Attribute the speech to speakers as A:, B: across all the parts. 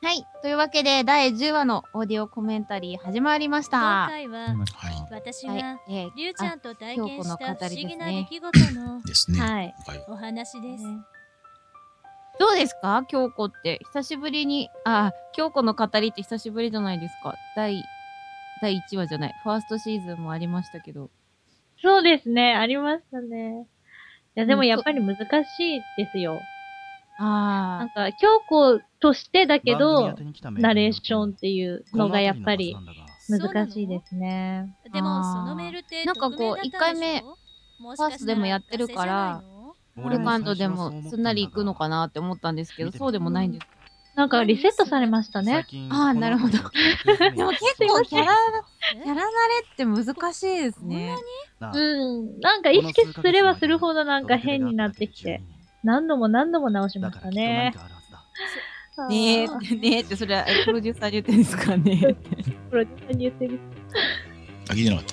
A: はい。というわけで、第10話のオーディオコメンタリー始まりまし
B: 今
A: た。は
B: 回
C: は
B: は、私
A: い。
B: が、
A: えー
B: りゅうちゃんと体験した不思議な
A: 今
B: 出
A: 日
B: 来事の
C: い。ですね。い。
A: はい。
B: お話です。
A: どうですか京子って。久しぶりに、あ、京子の語りって久しぶりじゃないですか。第、第1話じゃない。ファーストシーズンもありましたけど。
D: そうですね、ありましたね。いや、で
A: う
D: も
A: ん
D: やっぱり難しいですよ。な
A: あ
D: んか、京子としてだけ
E: け
D: ど、、
E: どナ
D: ナレ
E: レ
D: ー
E: ー
D: シ
E: シ
D: ョ
E: ョ
D: ンっ
E: ン
D: ていうの
E: の
D: が
E: が
D: や
E: や
D: っ
E: っ
D: ぱ
E: ぱ
D: り
E: り、
D: 難しいですね。
B: でも、
A: あー
B: そのメールって、
A: なんかこう
B: 匿名だったんで
A: 一
B: し
A: 回
B: ょ、
A: ファーストでもやってるから
D: 俺
A: ー、好
D: も最
A: 感度でもすんなりいくのかなって思ったんですけど、
E: 見てみたい
A: そうでもないんです。
D: なんか、リセットされましたね。
A: あーなるほど。
E: でも
A: 結構キャラやら慣れって難しいですね。
D: うん。なんか、意識すればするほどなんか変になってきて、。何度も何度も直し
E: だ
D: ま
E: か
D: した
E: らきっと何
D: ね。
E: かあるはずだ。
A: ねえ、
B: そう
A: ねえって、それはえプロデューサーに言ってんですかね。
D: プロデューサーに言ってる。
C: あ、聞いてなかっ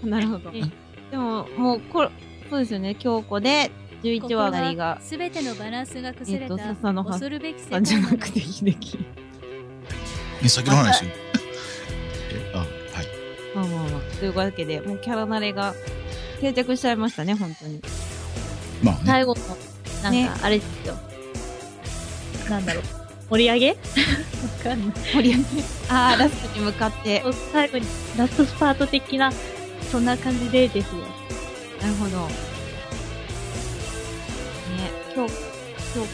C: た。
A: なるほど。でも、もう、これ、そうですよね、京子で、11話なりが、
B: すべてのバランスが崩れた、
A: えっと笹の葉
B: 恐るべき世
A: さ
B: 界
A: んじゃ
B: な
A: な
B: の
A: くて、秀樹。
C: え、先の話。え、あ、はい。
A: まあまあまあ。というわけで、もうキャラ慣れが定着しちゃいましたね、本当に。
C: まあね。
D: 最後の、なん
A: ね
D: か、あれですよ。なんだろう。盛り上げわかんない。
A: 盛り上げ、ああ、ラストに向かって。
D: そう最後にラストスパート的な、そんな感じでですよ。
A: なるほど。ね、京京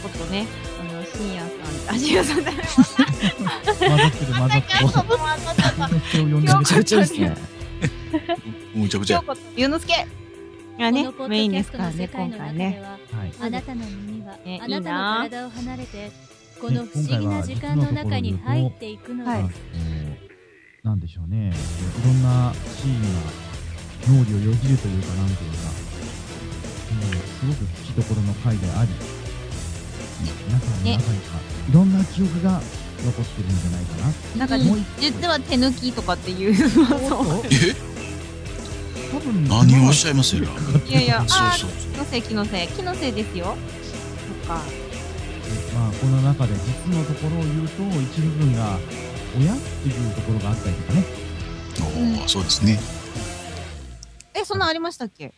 A: 子とね、あの、深夜さん、あ、深夜さんだよ。
F: 混ざってる混 ざってる。
A: もあったったった。
F: 人を呼んで
A: よ
F: る
A: く
C: めちゃくちゃですね。 むちゃくち
A: 京
C: ゃ。
A: 子と龍之介が
B: こ
A: ね
B: のポッ、ド
A: メイン
B: キ
A: で
B: ャ
A: す
B: スト
A: から
B: の
A: ね、
B: 世
A: 今回ね。
B: 界の中では
F: はい。
B: あなたの耳は、
A: ね
B: あなたの体を離れて、この不思議な時間の中に入っていくの
A: はい
F: あ
B: で
F: の
B: す。
F: なんでしょうね。いろんなシーンが脳裏をよぎるというか、なんていうか、うん、すごく聞きどころの回であり、皆さんの中にはいろんな記憶が残ってるんじゃないかな。
A: なんか、
F: もう一
A: 実は手抜きとかっていう。そう
F: 個
C: え、
F: 多分
C: 何をおっしゃいますよ。
A: いやいや、あ
C: そ
A: ー
C: うそうそう。
A: 気のせい、気のせい、気のせいですよ。とか。
F: まあ、この中で実のところを言うと、一部分が、親っていうところがあったりとかね。
C: おお、そうですね。
A: え、そんなんありましたっけ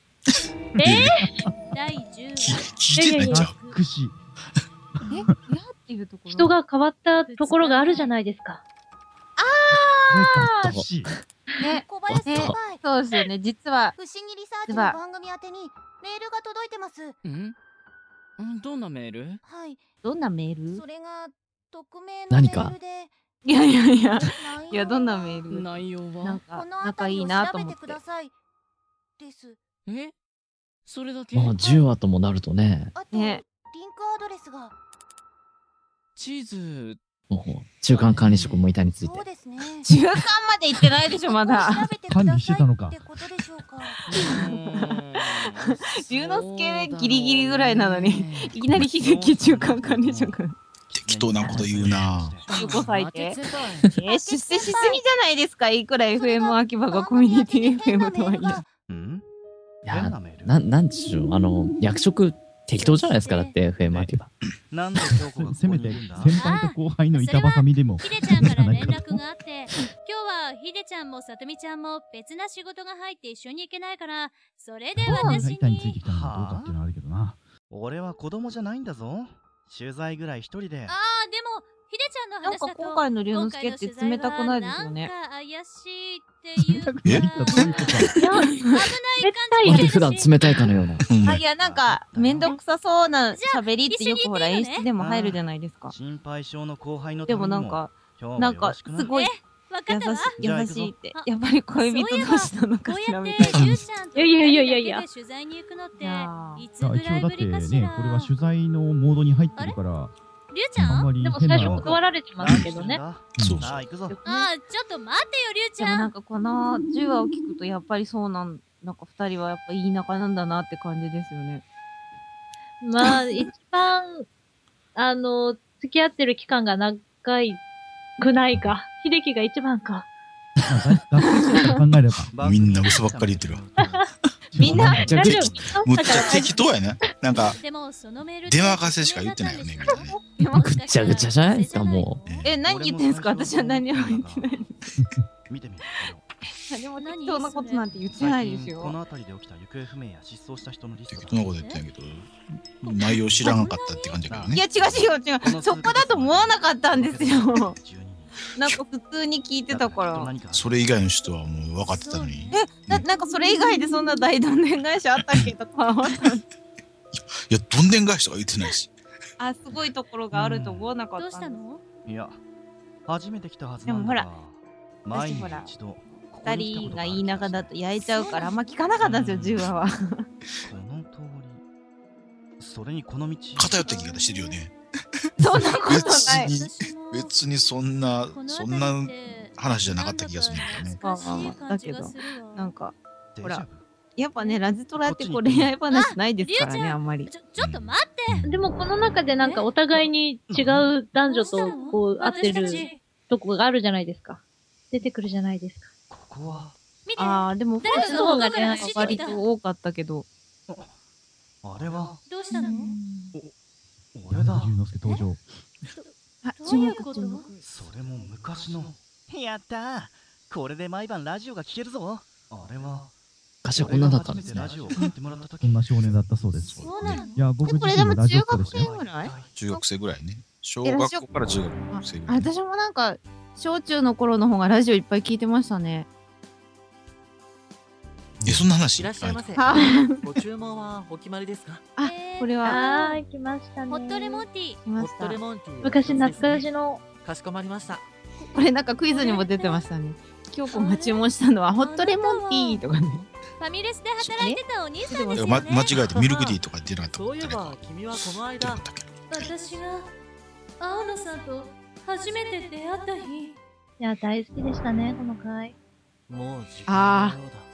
B: 第10
C: き
B: 話。
C: 聞いてないんちゃう。
F: くし。
A: え、いやっていうところ。
D: 人。が変わったところがあるじゃないですか。
F: くし。
A: ね。
G: 小林先輩、
A: そうですよね。実は、
G: 不思議リサーチの番組宛てにメールが届いてます。
H: んどんなメール
G: はい、
A: どんなメール
G: それが匿名のメ
H: 何か
G: ールで、
A: いやいやいや、
G: 内容
A: いや、どんなメ
G: は
A: ール
H: 内容
A: なん
H: は
A: か
G: この、
A: 仲
G: 辺
A: い
G: り
A: い
G: を
A: なと
G: 調
A: 思
G: べ
A: って
G: く
A: て。
G: ださい。です。
H: えそれだけ
I: まあ10話ともなるとね、
G: あと、
A: ね
G: リンクアドレスが。
H: チーズ
I: もう中間管理職もいたについて
G: そう。ですね。
A: 中間まで行ってないでしょ、ま
G: ここを
A: だ。
G: 調べてください
F: 管理してたのか
G: ってことでしょうか。
A: 龍之介ギリギリぐらい なのに いきなり悲劇中間管理職。
C: 適当なこと言うな
A: 15歳 で
H: 負けてた
A: えー、出世しすぎじゃないですか。いくら FM 秋葉がコミュニティ FM とはいえ。
C: うん。
I: いや、ななんでしょう、あの、役職適当じゃないですか、だって、FM 秋葉。
C: なんで京子
F: せめて先輩と後輩の板挟みでも
B: ひでちゃんから連絡があって、今日はひでちゃんもさとみちゃんも別な仕事が入って一緒に行けないから、それで私
F: 板について
B: に。
F: きたのかどうかっていうのはあるけどな。
J: 俺は子供じゃないんだぞ取材ぐらい一人で
B: ああ、でも、ひでちゃんの
A: なん
B: 話
A: か
B: だと、
A: 今回の龍之介って冷たくないですよね。
B: 今回の取材はなんか怪しいっていうか。
C: え
F: どういうこと
D: い
B: 危ない
D: や、
I: ま
B: 感
I: るで
B: じ
I: 普段 冷たいかのような。
A: あいや、なんか、めんどくさそうな喋りってよくほら、演出でも入るじゃないですか。
J: 心配性の後輩の
A: で
J: ため
A: も
J: に
A: なんか、
J: 今日
A: な
J: も
A: ん
J: よ
A: か、
J: ろし
A: す
J: くな
A: ごい
B: わか
A: 優
B: ったわ
A: し。
J: じゃあ行
A: い、優
J: くぞ
A: しいって。やっぱり恋人同士なのか
B: こ
A: し
B: うや
A: ら
B: っ
A: み
B: て
A: たいな。
B: りゅうちゃんと
D: いやいやいやいや
B: 二人だけで取材に行くのっ
A: い
B: て
A: や
B: いつ
F: だから
B: ぐ
F: 一
B: ら
F: 応
B: い
F: だっ
B: ぶ
F: て
B: りかし
F: ね
B: ら、
F: これは取材のモードに入ってるから、
B: りゅうちゃ
F: あん
B: んあ
F: まり
D: でも
F: 変
D: 最
F: な
D: 初断られてますけどね。
J: 何して
C: そうん
J: だ
C: そ
J: さ
C: う。
J: あ行くぞ
B: あちょっと待ってよりゅうち
A: でも
B: ゃん
A: なんかこの10話を聞くと、やっぱりそうなん、なんか二人はやっぱいい仲なんだなって感じですよね。
D: まあ、一番、あの、付き合ってる期間が長いくないか。秀樹が一番か。
F: 脱線して考えれば。
C: みんな嘘ばっかり言ってるわ
F: み
A: んな
I: めちゃくちゃ
D: 夫
C: むっちゃ適当やね。なんか、
B: でもそのメール
C: 出任せしか言ってない よね、みんなね。
I: ぐっちゃぐちゃじゃないですかも
C: う
A: え、何言ってんすか私は何も言ってない。
J: 見てみる
A: 何も
B: 何
A: 適当なことなんて言ってない
J: 最
A: です
J: 近この
A: よ。
J: 辺りで起きた行方不明や失踪した人のリス
C: 適
J: ト
C: 当
J: だ
C: なこと言ってんやけど、内容知らなかったって感じだけど
A: い
C: ね
A: や、。違う違う違う。そこだと思わなかったんです よ。なんか普通に聞いてたから。
C: それ以外の人はもう分かってたのに。い
A: ななんかそれ以外でそんな大断念会社あったっけとか思ったんです
C: や、どんでん返しとか言ってないし。
A: あ、すごいところがあると思わなか
B: ど
A: っ
B: うしたた
A: んです。
B: の
J: いや初めて来たはずなんだ
A: で
J: が
A: ら
J: 前に
A: 私ほら
J: 一度ここ
A: 二
J: に来たこと
A: 人が
J: ある
A: 言いながらだと焼いちゃうからあんま聞かな
J: な
A: か
J: か
A: っ
J: ったたん
A: んで
J: ですす
A: よ、
J: よ10
A: 10
J: 話
A: 話は
J: は。この通りそれにこの道
C: 偏った言い方してるよね。
A: そんなこと
C: 別
A: ない。
C: に、別にそんな、そんな話じ
B: じ
C: ゃなかった気がするんだよね。
A: まあまあまあだけどなんか、ほらやっぱね、ラジトラってこう
J: こっちに
A: 恋愛話ないですから
B: ありゅうち
A: ね、
B: ゃん
A: あんまり。
B: ちょ、ちょっと待って、
D: でもこの中でなんかお互いに違う男女とこう合ってる
B: 私たち
D: とこがあるじゃないですか。出てくるじゃないですか。
J: ここは
B: 見て、
A: ああ、でも、フォースの方が恋愛が割と多かったけど。
J: あれは
B: どうしたの
J: 俺だ
F: 龍之介登場。
A: あ、
B: どういうこと
A: 中国人
J: それも昔のやったーこれで毎晩ラジオが聞けるぞあれは
I: 昔はこんなだったんです
J: 俺が
I: ね
J: 初めてラジオを買ってもらった
F: こ
J: 時
F: んな少年だったそうです。
B: そうなの
F: いや、僕
A: えこれ
F: 自身もラジオっ子でした
A: でも中学生
F: よ。
A: ぐらい
C: 中学生ぐらいね。小学校から中学生ぐ
A: あ
C: らい。
A: 私もなんか、小中の頃の方がラジオいっぱい聞いてましたね。
C: え、そんな話
E: いらっしゃ いませ。
A: あ、
E: ご注文はお決まりですか
A: あこれは、
D: あー、来ましたね。
B: ホットレモンテ
A: 来
B: ィー。
E: ホ
A: まし
E: ット
A: た
E: レ。モンティー。
D: 昔懐かし
E: の。
D: の、
E: かしこまりました。
A: これなんかクイズにも出てましたね。京子が注文したのは、ホットレモンティーとかね。
B: ファミレスで働いてたお兄さんで
C: い
B: す
C: や
B: よ
C: ま
B: ね。
C: 間違えてミルクティーとか出なかった。
E: そういえ
C: 誰
E: ば
C: か、
E: 君はこの
C: 出な
E: 間
C: かっ、たっけ
B: 私が青野さんと初めて出会った日
D: いや、大好きでしたね、この回。
E: もう時
A: あー
E: 間のようだ。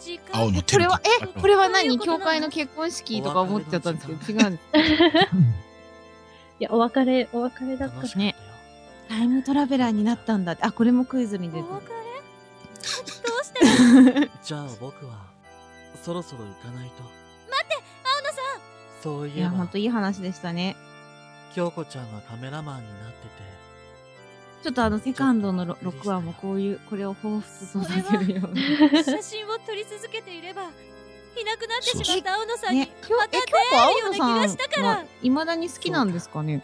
B: 時間
C: 青の
A: こ
C: テ
A: れ
C: ル
A: は、え、これは何
B: どういうことな
A: 教
B: の
A: 会の結婚式とか思っちゃったんですけど、違うんです。
D: いや、お別れ、お別れだった
E: 楽し
D: し。
E: かったよ。
A: タイムトラベラーになったんだって。あ、これもクイズに
B: お
A: 出
B: 別れ
A: て
B: ど
A: る。
B: うして青野さん
E: じゃあ僕は、そろそろ行かないと。そうい
A: い
E: え
A: や、ほ
E: ば
A: んと、いい話でしたね。
E: 京子ちゃんがカメラマンになってて、
A: ちょっとあの、セカンドのろ6話もこういう、これを彷彿とさせる ような。
B: 写真を撮り続けていればいなくなってしまった青野さんに
A: ね、今日、え、
B: よ
A: 今
B: う
A: 日
B: な気
A: 子青
B: が
A: 野
B: した
A: さ
B: か
A: ん
B: ら
A: は、いまだに好きなんですかね。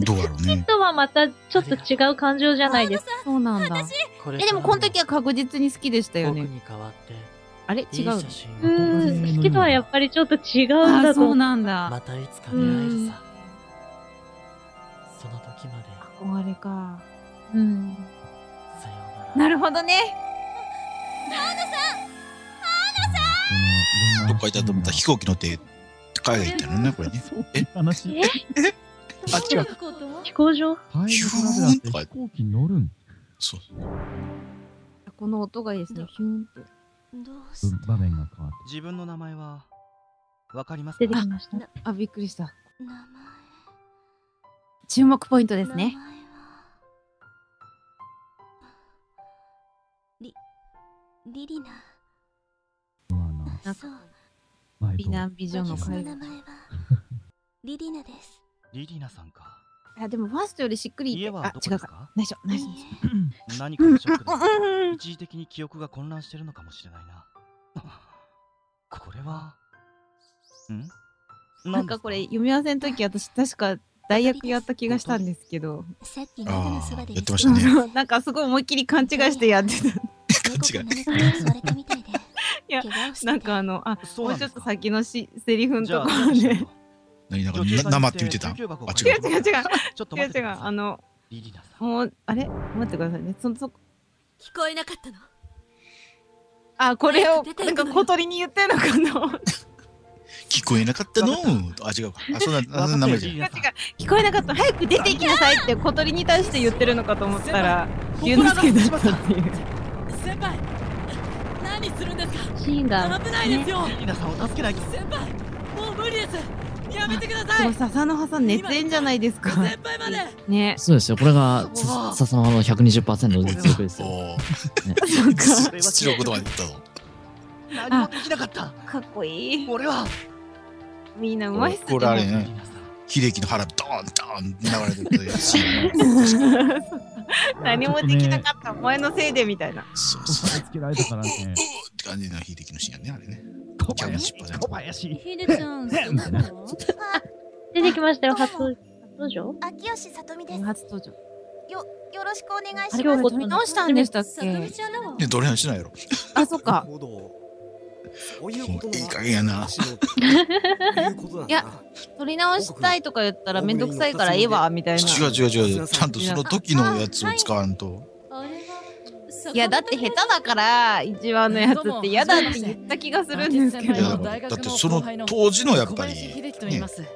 C: どうだろうね。
D: とはまたちょっと違う感情じゃないですか。
A: そうなんだ。
E: これ
A: え、でもこの時は確実に好きでしたよ
E: 僕
A: ね。
E: に代わって、
A: あれ違
E: いいう
A: の
E: 写真
D: う
E: を撮っ
D: ーん、好きとはやっぱりちょっと違うん
A: あ、
D: だ
A: そ
D: と
A: う。なん
E: てま
A: だ。
E: たいつか出会えるさ。その時ま
A: 憧
E: で、
A: れか。
D: うん。
E: さようなら。
A: なるほどね。
C: どっか行ったと思ったら飛行機乗って海外行ったのね、これね。え
F: 話
D: え
C: あ、違
B: ど
C: う。
B: ういうこと
D: 飛行場
F: タイムトラベラーって飛行機に乗るん
C: そう。
A: この音がいいですね。ヒュンって。
B: どうし
F: 場面が変わっ
J: 自分の名前はわかります
D: 出て
J: か
D: きました。
A: あ、びっくりした。
B: 名前
A: 注目ポイントで
B: です
A: ね。
B: リリリナ
F: てまあな
A: なんか
B: そう
F: 前
A: 美男美女の
B: 私の
A: 会
B: 名
A: 話。
B: 前はリリナです
J: リリナさんか
A: あ、でもファーストよりしっくり
J: 家
A: いて。
J: は
A: あ
J: ど、こ
A: 違
J: で
A: う
J: す
A: か。
J: か
A: 内緒、内緒。
B: いいえ
J: 何かのショックだ
A: うん
J: 一時的に記憶が混乱してるのかもしれないなこれはん
A: なんかこれ読み合わせの時私確か代役やった気がしたんですけど、
B: さっき
C: あ
B: 窓のそば
C: ー
B: で見
C: やっ
B: つ
C: てま
B: け
C: したね。
A: なんかすごい思いっきり勘違いしてやってた。
C: 違
B: 猫が何か
C: う
B: に襲われたみたいで
A: や
B: 怪我をしてて
A: なんかあの、あ、
J: そ
A: も
J: うな
A: うんち
J: で
A: ょっ
J: す
A: と
J: か
A: 先のしセリフのところ
J: じゃあ
A: ね。
C: 何なんか
J: 女中さん
C: な生って見てた
J: 救急箱を
C: あ
J: 買
C: 違う
J: いに行きましたちょっと
A: 違う
J: 待っ
A: 違
J: てく
A: う、
J: ださい
A: あの、
J: リリナさん
A: もう、あれ待ってくださいね。そのそ、
B: 聞こえなかったの
A: あ、これを
B: 早く出、て
A: なん
B: 行くのよ
A: か小鳥に言ってんのかな
C: 聞こえなかったのあ、違うか。あ、そんな、あそんな名前じゃない。
A: 違う違う。 聞こえなかった。早く出て行きなさいって小鳥に対して言ってるのかと思ったら、言うんですけどだったっていう。
E: 先輩何するんですか
D: シーンが、
E: 危ないですよ
J: リリナさんを助けないと
E: 先輩もう無理ですやめてくだ
A: で
E: さ
A: も
E: い
A: 笹の葉さん熱演じゃないですか。
E: 先輩まで
A: ね。
I: そうですよ。これが、さささまの120%の実力ですよ。
C: おお。
A: なんか、
C: 出力とまで言ったぞ。
J: 何もできなかった
A: かっこいい。
J: 俺は
K: みんなうまいっすね。
C: これあれね、秀樹の腹ドーンドーン流れてるというシ ーンが
K: 何もできなかった、お前のせいでみたいな。
C: そうそう。
F: つけられたか らね。
C: って感じの秀樹のシーンやね、あれね。
F: 小林、小林。
B: ひでちゃん、そうなの
D: 出てきましたよ、初初登場
G: 秋吉さとみです。
A: 初登場。
G: よ、よろしくお願い
A: あ
G: し
A: れを
G: ま
A: 撮
G: す。
A: り直したんでしたっけ
G: ちゃんだわ
C: ね、どれなんしないやろ。
A: あ、そっか。
L: そういうこと
C: いい加減やな。
A: いや、撮り直したいとか言ったらめんどくさいからええわ、みたいな。
C: 違う違う違う。ちゃんとその時のやつを使わんと。
A: いや、だって下手だから、一番のやつって嫌だって言った気がするんですけ
C: いや
A: ど。
C: だってその当時のやっぱり、ね、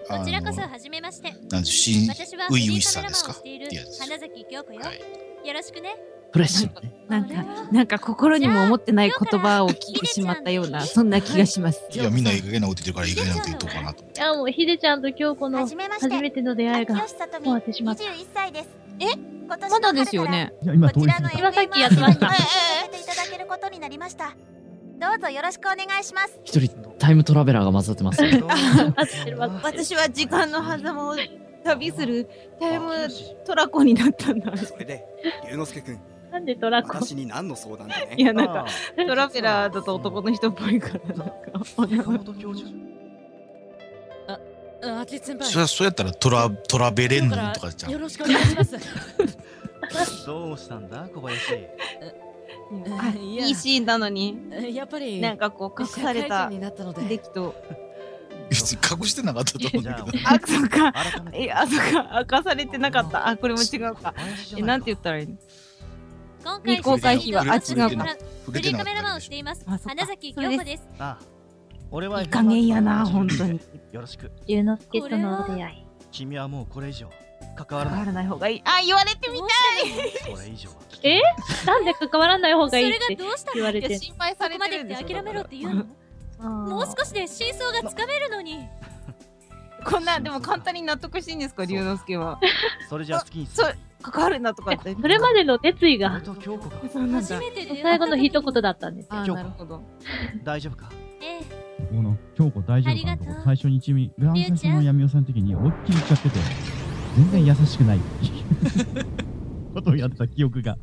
C: あ
B: こちらこそ
C: の
B: はじめまして。
C: なんて新
B: 私は
C: う
B: フ
C: い
B: リ
C: うい
B: ー
C: さ
B: カ
C: ん
B: メラ
C: で
B: マ
C: す
B: ンを
C: か
B: している
C: ってやつ
B: 花崎京子よ。よろしくね。
I: フレッシュ。
A: なんか、なんか心にも思ってない言葉を聞いてしまったよう な、そんな気がします。
C: いや、みんないい加減なこと言ってるからいい加減なこと言っとこうかなと。
D: いや、もう、ひでちゃんと京子の初めての出会いが終わってしまった。
G: 21歳です。え今年
A: まだですよね。
F: いや、今通り
G: の
F: 過ぎた。
D: 今さっきやってました。
G: させていただけることになりました。どうぞよろしくお願いします。
I: 一人タイムトラベラーが混ざってます。
A: 私は時間の狭間を旅するタイムトラコになったん だ。
L: それで、龍之介くん、
D: なんでトラコ
L: 私に何の相談だね。
A: いや、なんか、トラベラーだと男の人っぽいから、なんか、女の子。
E: あ、あき先輩。
C: そりゃそうやったらトラトラベレンヌとかじゃん。
E: よろしくお願い します。
J: どうしたんだ、小林。
E: あいや
K: いいシーンなのに。
E: やっぱり
K: なんかこう、隠され
E: 社会
K: た
E: 人になったので
K: 秀樹と。
C: 別に隠してなかったと思うんだけど。
K: あ、そっか。え、あ、そっか。明かされてなかった。あ、これも違うか。え、なんて言ったらいいの未公開秘話。あ、違うか。
B: フリーカメラマンをしています。花崎京子です。
J: あ俺はい
K: い加減やな、本当に。
J: よろしく。
D: 龍之介との出会い。
J: 君はもうこれ以上関わら
K: 変
J: な
K: わ
J: い。
K: らない方がいい。あ、言われてみたい。
J: これ以上は。
D: えなんで関わらない方がいいっ
B: それ
D: て
B: がどうしたの
D: 言われ
B: い
D: て
B: や。心配されてるんでしょここまでって諦めろって言う
D: のも
B: う少しで真相がつかめるのに。
K: こんな、でも簡単に納得していいんですか、龍之介は。
J: それじゃあ好きに
K: そう、関わるなとかって。
D: それまでの熱意が
K: そうなんだ。
D: 最後の一言だったんです
K: あ、
D: よ
K: な。るほど。
J: 大丈夫か
F: この京子大丈夫かのとこ最初に一味グラン最初の闇尾さんの時に思いっきり言っちゃってて全然優しくないっていうことをやってた記憶が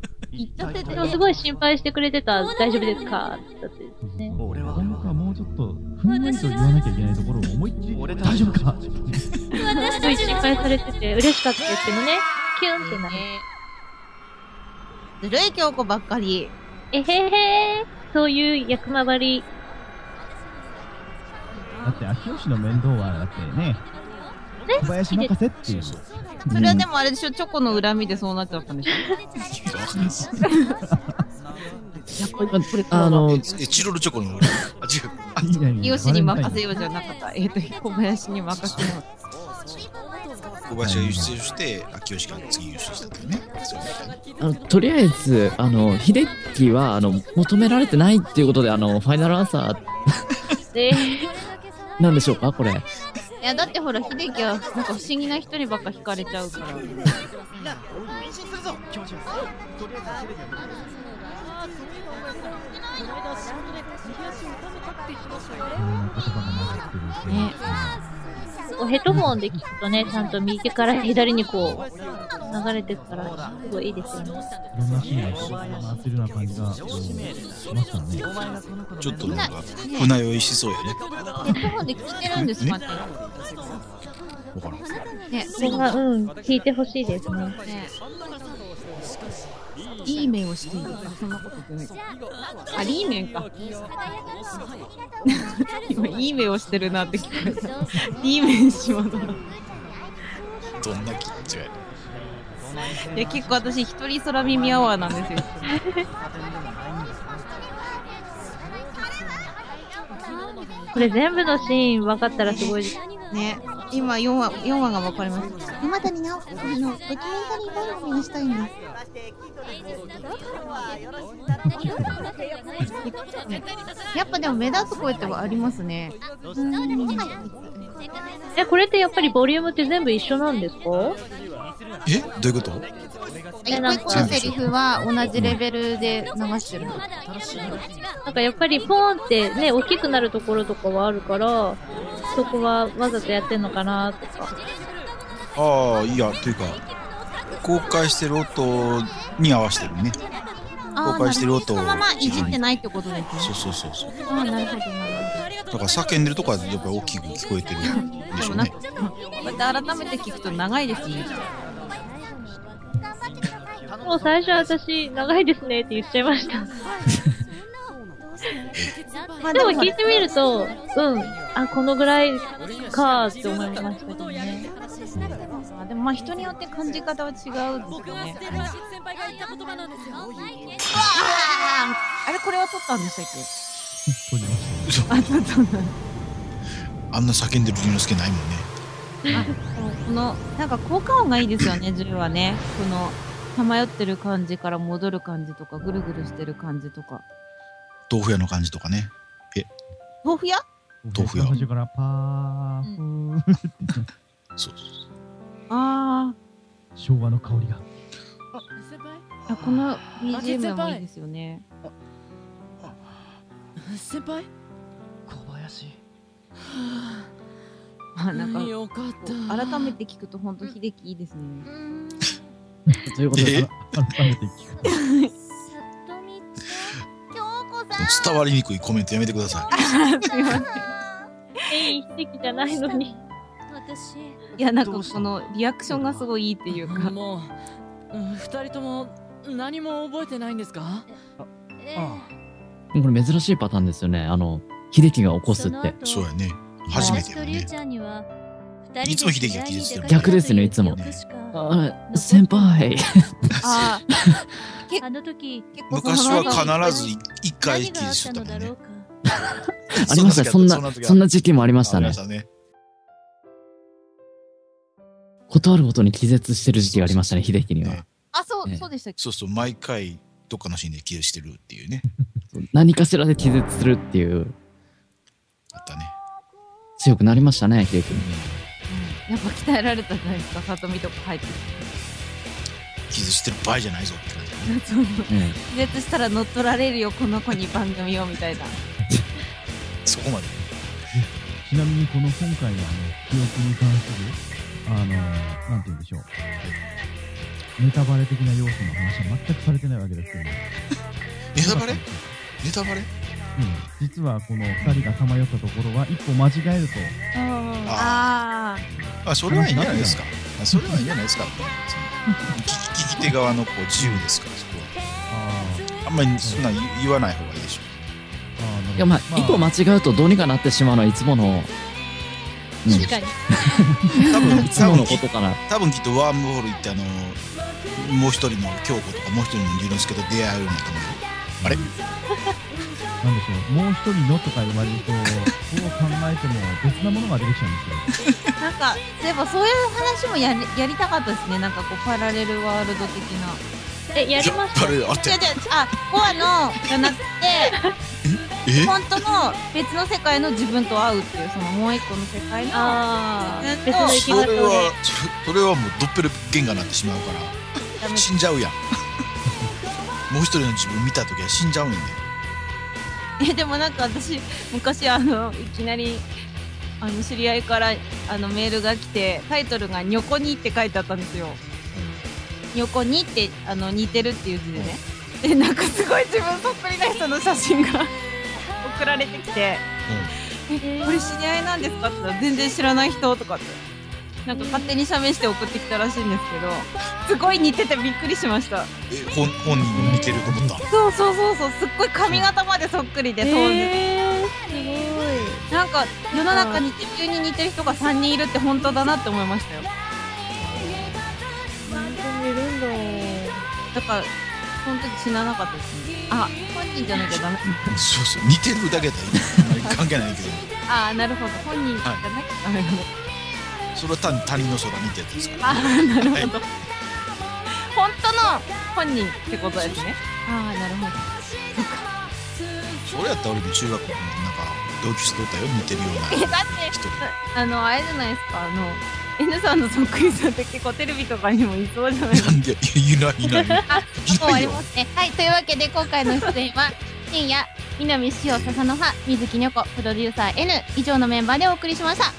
D: でもすごい心配してくれてた、大丈夫ですかだってですね。
J: 俺は
F: 本当はもうちょっとふんわりと言わなきゃいけないところを思いっきり大丈夫かって
D: すごい心配されてて、嬉しかったですけどね。キュンってなる。
K: ずるい京子ばっかり。
D: えへへー。そういう役回り。
F: だって秋吉の面倒はだってね小林任せっていう
K: それはでもあれでしょ、チョコの恨みでそうなっちゃったんでしょ。
I: あの、
C: えチロルチョコの裏。あ、違う。
K: よしに任せようじゃなかった。えっ、と、小林に任せよ
C: 小林が優勝して、秋吉が次優勝したんだよね。そう
I: あのとりあえず、あの、秀樹は、あの、求められてないっていうことで、あの、ファイナルアンサ
K: う。え
I: ーなんでしょうか これ。
K: いや、だってほら、秀樹はなんか不思議な人にばっか惹かれちゃうから。
J: 変身するぞ気持ちよとりあえずテレビを見て
D: ね。おヘッドホンできっとね、ちゃんと右から左にこう、流れてくから、すごいいいですよね。
F: いろんなシーンを回せるような感じがこうしますからね
C: ちょっとなんか、船酔いしそうやね。
A: ヘッドホンで聞いてるんですかって。
C: わからん。
A: ね、
D: それが、うん、聞いてほしいですね。
A: いい面をしている。あそんなこと言ってないか。あ、いい面か。今、いい面をしてるなって聞こえた。いい面しまだな。
C: どんな気持ちがやね
K: いや、結構私、一人空耳アワーなんですよ。
D: これ全部のシーン分かったらすごいです。
K: ね、今4話、4話が分かりました。
G: 山谷直子さんのドキュメンタリー番組がしたいんです。
K: やっぱでも目立つ声ってはありますね。
D: え、これってやっぱりボリュームって全部一緒なんですか
C: えどういうこと
K: 一個一個のセリフは同じレベルで流してる。
D: なんかやっぱりポーンってね、大きくなるところとかはあるから、そこはわざとやってんのかなとか。
C: ああいやっていうか公開してる音に合わせてるね
A: あー
C: 公開してる音を
A: なほどそのままいじってないってことですね。
C: そうそうそうそう
A: あーなるほどなる
C: だから叫んでるとこはやっぱり大きく聞こえてる
K: ほどでもなんかまた改めて聞くと長いですね
D: もう最初私、長いですねって言っちゃいました。
K: まあ
D: でも聞いてみると、うん、あ、このぐらいかーって思いましたけどね。
K: あでもまあ人によって感じ方は違うんですよねあれこれは撮ったんでしたっ
A: ほど。あ、そう そうそう
C: あんな叫んでる龍之介ないもんね
A: あでもこの、なんか効果音がいいですよね、銃はね。この、さまよってる感じから戻る感じとか、ぐるぐるしてる感じとか。
C: 豆腐屋の感じとかねえ
A: 豆腐屋
C: 豆腐屋
F: 最初からパーフーって
C: そう
A: あ
F: 昭和の香り が
A: あ、この BGM もいいですよね。
H: 先輩
J: 小林
A: あ、なんか、
H: よかっ
A: こう改めて聞くと本当秀樹いいですね。
F: ということで改めて聞くと
C: 伝わりにくいコメントやめてください
D: えい、秀樹じゃないのに。
A: いや、なんかこのリアクションがすごいいいっていうか。
H: もう、うん二人とも何も覚えてないんですか
I: これ珍しいパターンですよね。あの、秀樹が起こすっ
B: その
I: て。
B: 後そうや
C: ね。
B: 初めてだね。いつも秀樹が聞いてたよ
I: 逆ですね、いつも。あ、先 輩。
B: あああの時
C: 昔は必ず一回聞いてしたもんね
I: ありました。そんな、そんな時期もありました
C: あ
I: ね
C: りま。したね
I: 断るごとに気絶してる時期がありましたね、秀樹には。
A: あ、そ
I: ね
A: う、そうでしたっけ
C: そうそう毎回どっかのシーンで気絶してるっていうね
I: 何かしらで気絶するっていう。あった
C: ね。
I: 強くなりましたね、秀樹。
A: やっぱ鍛えられたじゃないですか、里見とか入ってきて。
C: 気絶してる場合じゃないぞって感じ
A: そうそう気絶したら乗っ取られるよ、この子に番組をみたいな。
C: そこまで
F: ちなみにこの今回のあの記憶に関するあのなんて言うんでしょうネタバレ的な要素の話は全くされてないわけですけど
C: ネタバレネタバレ
F: うん、実はこの2人がさまよったところは一歩間違えると
A: あ
C: あそれはいいんじゃないですかあそれはいいんじゃないですかその聞き聞き手側のこう自由ですからそこはあんまりそんなん言言わない方がいいでしょ
I: いや、まあ、一歩間違うとどうにかなってしまうのはいつもの。うん
D: 確かに。
C: 多分
I: いつものことかな。
C: 多分きっとワームホール行ってあのもう一人の京子とかもう一人の龍之介と出会えるんだと思うあれ
F: なんでしょうもう一人のとか言われるとどう考えても別なものが出てきちゃうんですよ
A: なんか、そういえばそういう話もやりやりたかったですね。なんかこう、パラレルワールド的な。
D: え、やりま
C: した
A: 違う違う、あ、コアの、じゃなくて、
C: え
A: 本当の別の世界の自分と会うっていう、そのもう一個の世界の
D: あ
A: 自分と
C: それはそれそれはもうドッペルゲンガーになってしまうから死んじゃうやんもう一人の自分見た時は死んじゃうんや
A: えでもなんか私昔あのいきなりあの知り合いからあのメールが来てタイトルが「にょこに」って書いてあったんですよ。にょこにってあの似てるっていう字でね。でなんかすごい自分そっくりな人の写真が 送られてきて「えこれ知り合いなんですか?」って言ったら「全然知らない人」とかって。なんか勝手に写メして送ってきたらしいんですけどすごい似ててびっくりしました
C: え本本人に似てると思った
A: そうそうそうそうすっごい髪型までそっくりで当時、
D: すごい。
A: なんか世の中に地球に似てる人が3人いるって本当だなって思いましたよ
D: 本当にいるんだ。
A: だからその時死ななかったですねあ本人じゃなきゃダメ
C: そうそう似てるだけだよ関係ないけど
A: ああなるほど本人じゃなきゃダメだね
C: それは単に他人の空見てるんですから
A: ああなるほど本当の本人ってことですねああなるほど
C: それやったら俺も中学校のなんか同級生とったよ似てるような
A: えだってあのあれじゃないですかあの N さんのそっくりさんって結構テレビとかにもいそうじゃないですか
C: なんでいやいないいない
A: あ、もう終わりますね。はい、というわけで今回の出演は天也南潮笹の葉水木にょこプロデューサー N 以上のメンバーでお送りしました